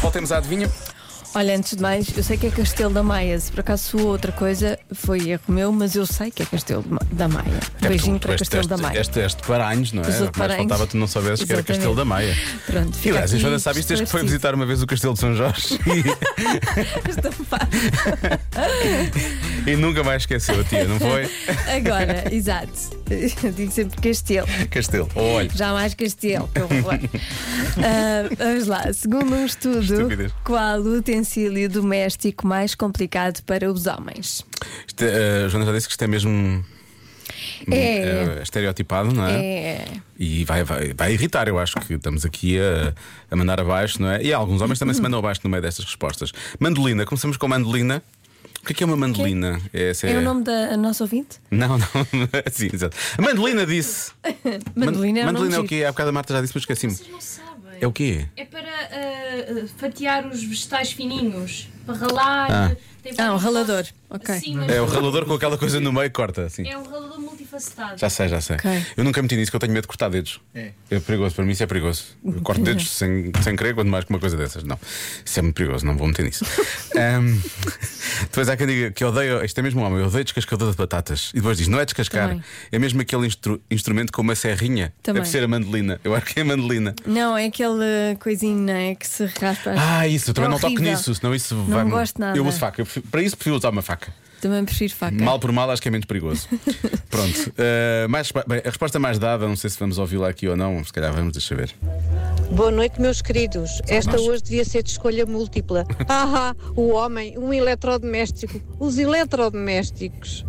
Voltemos à adivinha. Olha, antes de mais, eu sei que é Castelo da Maia. Se por acaso soou outra coisa, foi erro meu, mas eu sei que é Castelo de Ma- da Maia. É Beijinho para Castelo da Maia. Este, este Paranhos, não é? Eu sou de Mas Paranhos. faltava tu não soubesses que era Exatamente. Castelo da Maia. Pronto, E fica aliás, a aqui Joana sabe isto desde que foi esclarecido. visitar uma vez o Castelo de São Jorge Esta parte. e, e nunca mais esqueceu, tia, não foi? Agora, exato. Eu digo sempre Castelo. Castelo. Oh, Olha, Jamais Castelo, que horror. Ah, vamos lá. Segundo um estudo, Estupidez. qual o utensílio doméstico mais complicado para os homens? isto, eh, a Joana já disse que isto é mesmo É. eh, estereotipado, não é? É. E vai, vai, vai irritar, eu acho que estamos aqui a, a mandar abaixo, não é? E há alguns homens também se mandam abaixo no meio destas respostas. Mandolina, começamos com mandolina. O que é, que é uma mandolina? Essa É o nome da nossa ouvinte? Não, não. Sim, exato. A mandolina disse. Mandolina é o nome mandolina é o giro. quê? Há bocado a Marta já disse, mas esqueci-me. Vocês não sabem. É o quê? É para ah, ah, fatiar os vegetais fininhos, para ralar. Ah. tem Ah, um vários ralador. passos. Ok. Sim, mas É o ralador com aquela coisa no meio, corta, assim. é um ralador multifacetado. Já sei, já sei. Ok. Eu nunca meti nisso, que eu tenho medo de cortar dedos. É. perigoso, para mim isso é perigoso. Eu corto dedos é. sem, sem querer, quando mais com uma coisa dessas. Não, isso é muito perigoso, não vou meter nisso. Ahm, depois há quem diga que odeio, isto é mesmo um homem, eu odeio descascador de batatas. E depois diz, não é descascar, Também. é mesmo aquele instru- instrumento com uma serrinha. Também. Deve ser a mandolina. Eu acho que é a mandolina. Não, é aquele coisinho, não é? Que se raspa. Ah, isso, eu também É não toco horrível. nisso, senão isso Não vai. gosto nada. Eu uso faca. Eu prefiro- para isso prefiro usar uma faca. Também prefiro faca. Mal por mal, acho que é menos perigoso. Pronto. uh, mais, bem, a resposta mais dada, não sei se vamos ouvi-la aqui ou não, se calhar vamos, deixa ver. Boa noite, meus queridos. Esta nós. hoje devia ser de escolha múltipla. Ah, o homem, um eletrodoméstico. Os eletrodomésticos.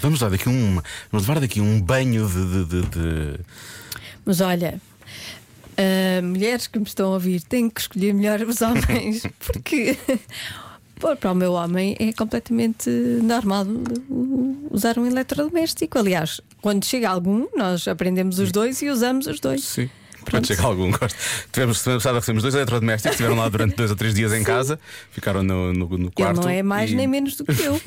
Vamos dar daqui um. Vamos levar daqui um banho de. de, de, de- Mas olha, ah, mulheres que me estão a ouvir têm que escolher melhor os homens, porque pô, para o meu homem é completamente normal uh, usar um eletrodoméstico. Aliás, quando chega algum, nós aprendemos os dois e usamos os dois. Sim. Pronto, chega algum, gosto. Tivemos semana passada recebemos dois eletrodomésticos, estiveram lá durante dois ou três dias em casa, ficaram no, no, no Ele quarto. não é mais e- nem menos do que eu.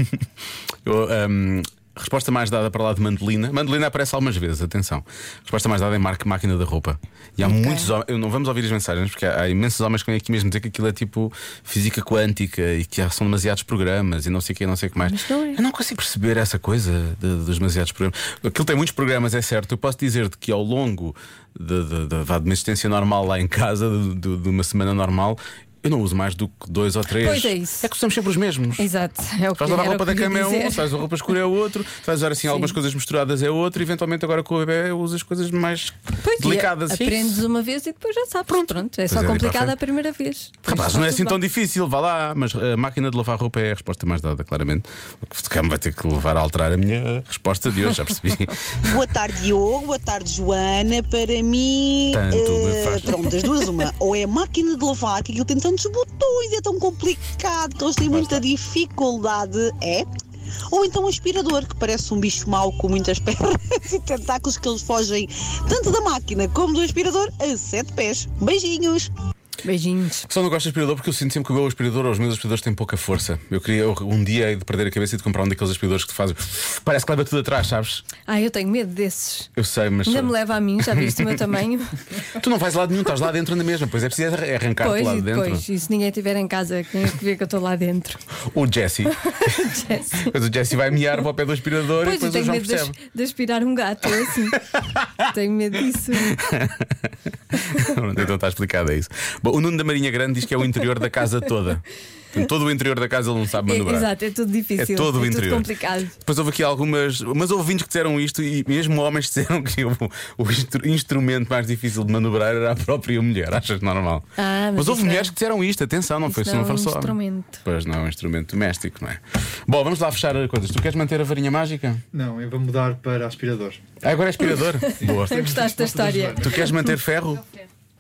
Eu, hum, resposta mais dada para lá de mandolina. Mandolina aparece algumas vezes, atenção. Resposta mais dada é marca máquina da roupa. E há muitos homens. eu Não vamos ouvir as mensagens, porque há, há imensos homens que vêm aqui mesmo dizer que aquilo é tipo física quântica e que há- são demasiados programas e não sei o que, não sei o que mais. Mas não é. Eu não consigo perceber essa coisa de- dos demasiados programas. Aquilo tem muitos programas, é certo. Eu posso dizer-te que ao longo de, de- de- vá, de uma existência normal lá em casa, de, de- de uma semana normal. Eu não uso mais do que dois ou três. Pois é isso. É que usamos sempre os mesmos. Exato. É o que Faz lavar era roupa o que da cama eu ia é um, dizer. faz a roupa escura é outro, faz usar assim algumas coisas misturadas é outro, eventualmente agora com o bebê usas coisas mais Pois, é, e delicadas. Aprendes uma vez e depois já sabes. Pronto, assim. é é, só daí para complicado a a primeira vez. Rapaz, não é assim tão difícil, vá lá, mas a máquina de lavar roupa é a resposta mais dada, claramente. O que se vai ter que levar a alterar a minha resposta de hoje, já percebi. Boa tarde, Diogo. Boa tarde, Joana. Para mim, Tanto me eh, faz. pronto, das duas, uma. Ou é a máquina de lavar, que aquilo tem tantos botões, é tão complicado que eles têm muita dificuldade. É? Ou então um aspirador, que parece um bicho mau com muitas pernas e tentáculos que eles fogem tanto da máquina como do aspirador a sete pés. Beijinhos! Beijinhos. Só não gosto de aspirador porque eu sinto sempre que o meu aspirador ou os meus aspiradores têm pouca força. Eu queria eu, um dia hei de perder a cabeça e de comprar um daqueles aspiradores que te fazem. Parece que leva tudo atrás, sabes? Ah, eu tenho medo desses. Eu sei, mas. eh, Ainda me leva a mim, já viste o meu tamanho? Tu não vais lá de nenhum, estás lá dentro na mesma, pois é preciso arran- arrancar-te Pois, lá e de dentro. depois, e se ninguém estiver em casa, quem é que vê que eu estou lá dentro? O Jesse. Mas o Jesse vai miar para o pé do aspirador Pois, e depois eu o tenho João medo de, percebe. de aspirar um gato, é assim. tenho medo disso. Pronto, então está explicado, é isso. Bom, o Nuno da Marinha Grande diz que é o interior da casa toda. Portanto, todo o interior da casa ele não sabe É, manobrar. exato, é tudo difícil. um É todo o interior. complicado. Depois houve aqui algumas. Mas ouvintes que disseram isto e mesmo homens disseram que o, o instru- instrumento mais difícil de manobrar era a própria mulher. Achas normal? Ah, mas houve isso mulheres é- que disseram isto, atenção, não foi assim se isso não não é for um só. homem. instrumento. Pois não, é um instrumento doméstico, não é? Bom, vamos lá fechar coisas. Tu queres manter a varinha mágica? Não, eu vou mudar para aspirador. Ah, agora é aspirador. Boa. Gostaste da história? Tu queres manter ferro?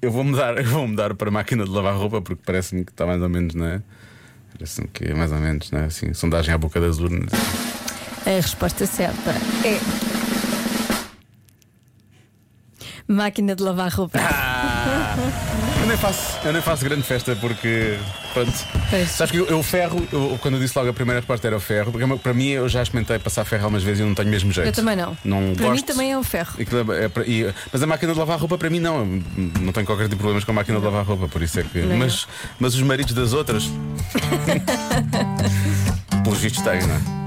Eu vou mudar, eu vou mudar para máquina de lavar roupa porque parece-me que está mais ou menos, não é? Parece-me que é mais ou menos, não é? Assim, sondagem à boca das urnas. A resposta certa é. Máquina de lavar roupa. Ah, Eu nem faço, eu nem faço grande festa porque. Pronto. Pois. Sabes que eu, eu ferro, eu- quando eu disse logo a primeira resposta era o ferro, porque para mim eu já experimentei passar ferro algumas vezes e eu não tenho mesmo jeito. Eu também não. Não Para gosto. mim também é um ferro. Aquilo é- é para- e- mas a máquina de lavar roupa para mim não. Eu Não tenho qualquer tipo de problemas com a máquina de lavar roupa, por isso é que. Não. Mas, mas os maridos das outras. Pelos vistos têm, não é?